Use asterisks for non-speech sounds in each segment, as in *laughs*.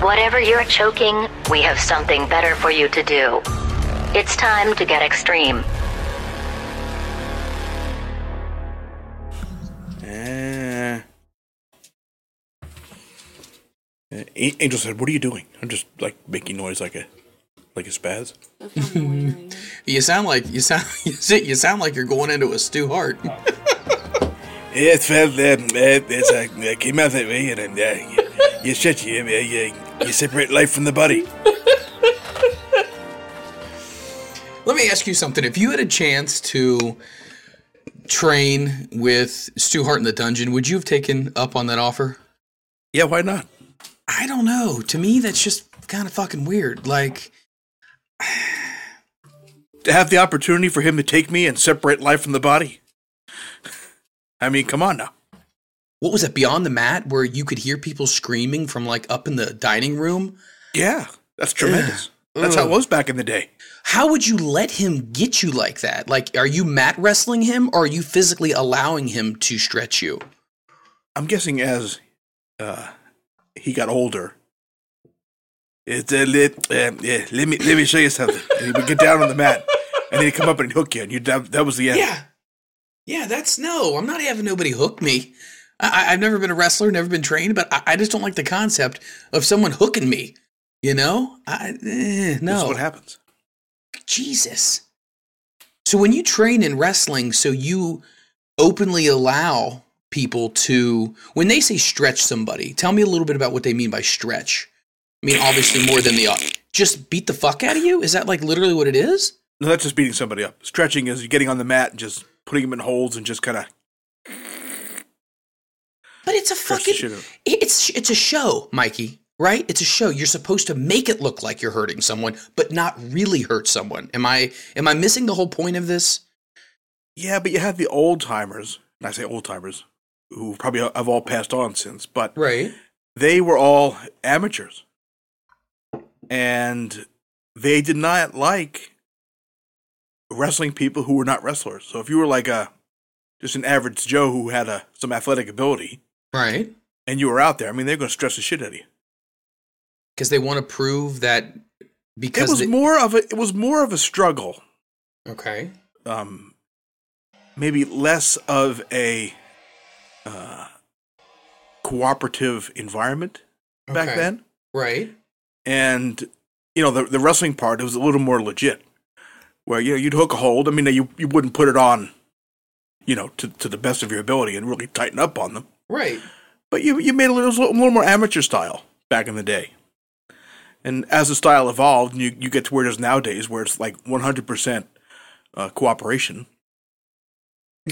Whatever you're choking, we have something better for you to do. It's time to get extreme. Uh, uh, A- Angel said, "What are you doing?" I'm just like making noise, like a like a spaz. You sound like you sound *laughs* you see- you sound like you're going into a Stu Hart. It felt um, uh, it's, uh, it came out that way, and um, uh, you, you shit, you, uh, you you separate life from the body. Let me ask you something. If you had a chance to train with Stu Hart in the dungeon, would you have taken up on that offer? Yeah, why not? I don't know. To me, that's just kind of fucking weird. Like, To have the opportunity for him to take me and separate life from the body. *laughs* I mean, come on now. what was it beyond the mat where you could hear people screaming from like up in the dining room? Yeah, that's tremendous. That's how it was back in the day. How would you let him get you like that? Like, are you mat wrestling him or are you physically allowing him to stretch you? I'm guessing as uh, he got older, it, uh, let, um, yeah, let me let me show you something. And he would get down on the mat, and then he'd come up and hook you, and you that, that was the end. Yeah. Yeah, that's no. I'm not having nobody hook me. I, I- I've never been a wrestler, never been trained, but I, I just don't like the concept of someone hooking me. You know? I, eh, This is no. what happens. Jesus. So when you train in wrestling, so you openly allow people to, when they say stretch somebody, tell me a little bit about what they mean by stretch. I mean, obviously more than the, just beat the fuck out of you? Is that like literally what it is? No, that's just beating somebody up. Stretching is getting on the mat and just putting them in holds and just kind of But it's a Stretch the fucking shit out. it's it's a show, Mikey. Right? It's a show. You're supposed to make it look like you're hurting someone, but not really hurt someone. Am I am I missing the whole point of this? yeah. But you have the old timers, and I say old timers, who probably have all passed on since, but Right. they were all amateurs. And they did not like wrestling people who were not wrestlers. So if you were like a just an average Joe who had a, some athletic ability Right. and you were out there, I mean, they're going to stress the shit out of you. Because they want to prove that It because was they- more of a it was more of a struggle, okay. um, maybe less of a uh, cooperative environment back Okay. then. Right. and you know the the wrestling part it was a little more legit where you know you'd hook a hold i mean you you wouldn't put it on you know to to the best of your ability and really tighten up on them Right. but you you made a little, a little more amateur style back in the day and as the style evolved and you you get to where it is nowadays where it's like 100% uh, cooperation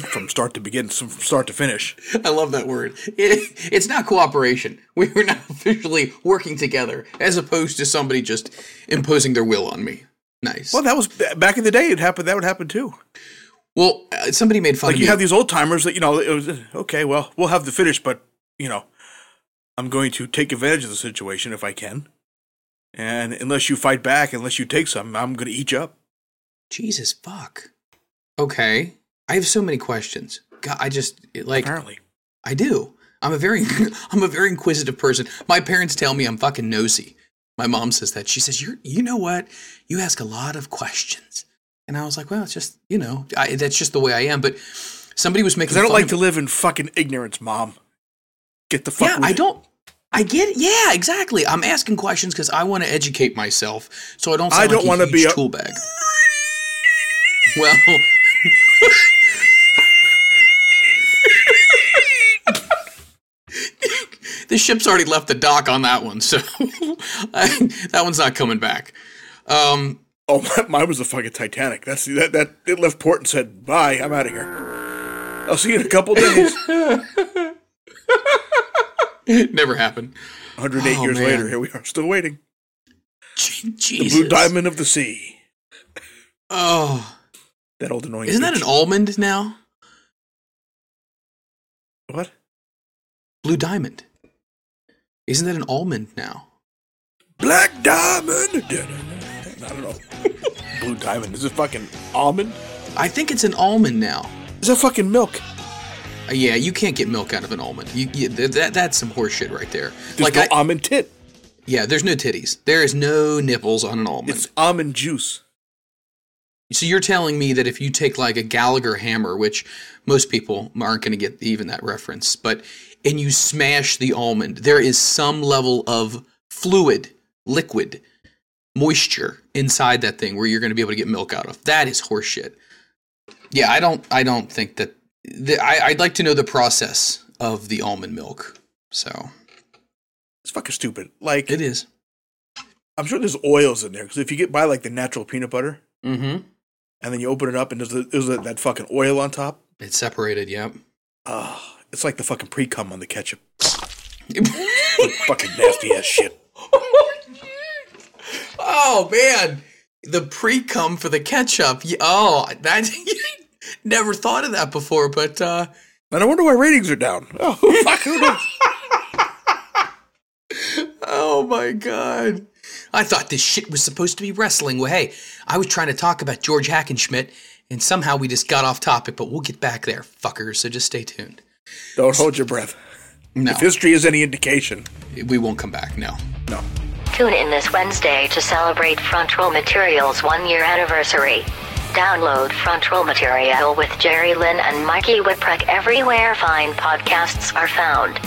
from start to begin from start to finish *laughs* I love that word. It, it's not cooperation. *laughs* We were not officially working together, as opposed to somebody just imposing their will on me. Nice. well Well, that was back in the day it happened that would happen too uh, somebody made fun like of you me. have these old timers that you know it was, okay well we'll have the finish but you know i'm going to take advantage of the situation if i can and unless you fight back unless you take some i'm going to eat you up Jesus fuck. Okay. I have so many questions. God, I just it, like apparently I do. I'm a very *laughs* I'm a very inquisitive person. My parents tell me I'm fucking nosy. My mom says that. She says, "You're you know what? You ask a lot of questions." And I was like, "Well, it's just, you know, I, that's just the way I am." But somebody was making because i don't fun like of to live in fucking ignorance mom get the fuck yeah, with I it. don't I get it. Yeah, exactly. I'm asking questions cuz I want to educate myself. So I don't sound I don't like wanna a be huge a- tool bag. Well, *laughs* the ship's already left the dock on that one, so *laughs* I, that one's not coming back. Um, oh *laughs* my, mine was the fucking titanic that's that that it left port and said bye i'm out of here i'll see you in a couple *laughs* days it never happened. 108 Oh, years man. later here we are still waiting Je- the Jesus. blue diamond of the sea Oh, that old annoying isn't that an bitch. almond now? what Blue diamond. Isn't that an almond now? Black Diamond. I *laughs* don't know. Blue Diamond. Is it fucking almond? I think it's an almond now. Is that fucking milk? Uh, yeah, you can't get milk out of an almond. You, you th- that that's some horseshit right there. There's like no I, almond tit. Yeah, there's no titties. There is no nipples on an almond. It's almond juice. so you're telling me that if you take like a Gallagher hammer, which most people aren't going to get even that reference, but and you smash the almond, there is some level of fluid, liquid, moisture inside that thing where you're going to be able to get milk out of. That is horseshit. Yeah, I don't. I don't think that. The, I, I'd like to know the process of the almond milk. So It's fucking stupid. Like it is. I'm sure there's oils in there because if you get by like the natural peanut butter Mm-hmm. and then you open it up and there's, the, there's the, that fucking oil on top, It's separated. Yep. uh, it's like the fucking pre cum on the *laughs* ketchup. fucking nasty ass shit. *laughs* oh man, the pre cum for the ketchup. Y- Oh, that *laughs* never thought of that before. But uh, And I wonder why ratings are down. Oh *laughs* fuck, who knows? oh my god, I thought this shit was supposed to be wrestling. Well, hey, I was trying to talk about George Hackenschmidt, and somehow we just got off topic. But we'll get back there, fuckers. So just stay tuned. Don't hold your breath. No, If history is any indication, we won't come back. No. no. Tune in this Wednesday to celebrate Front Row Materials' one year anniversary. Download Front Row Material with Jerry Lynn and Mikey Whipwreck everywhere fine podcasts are found.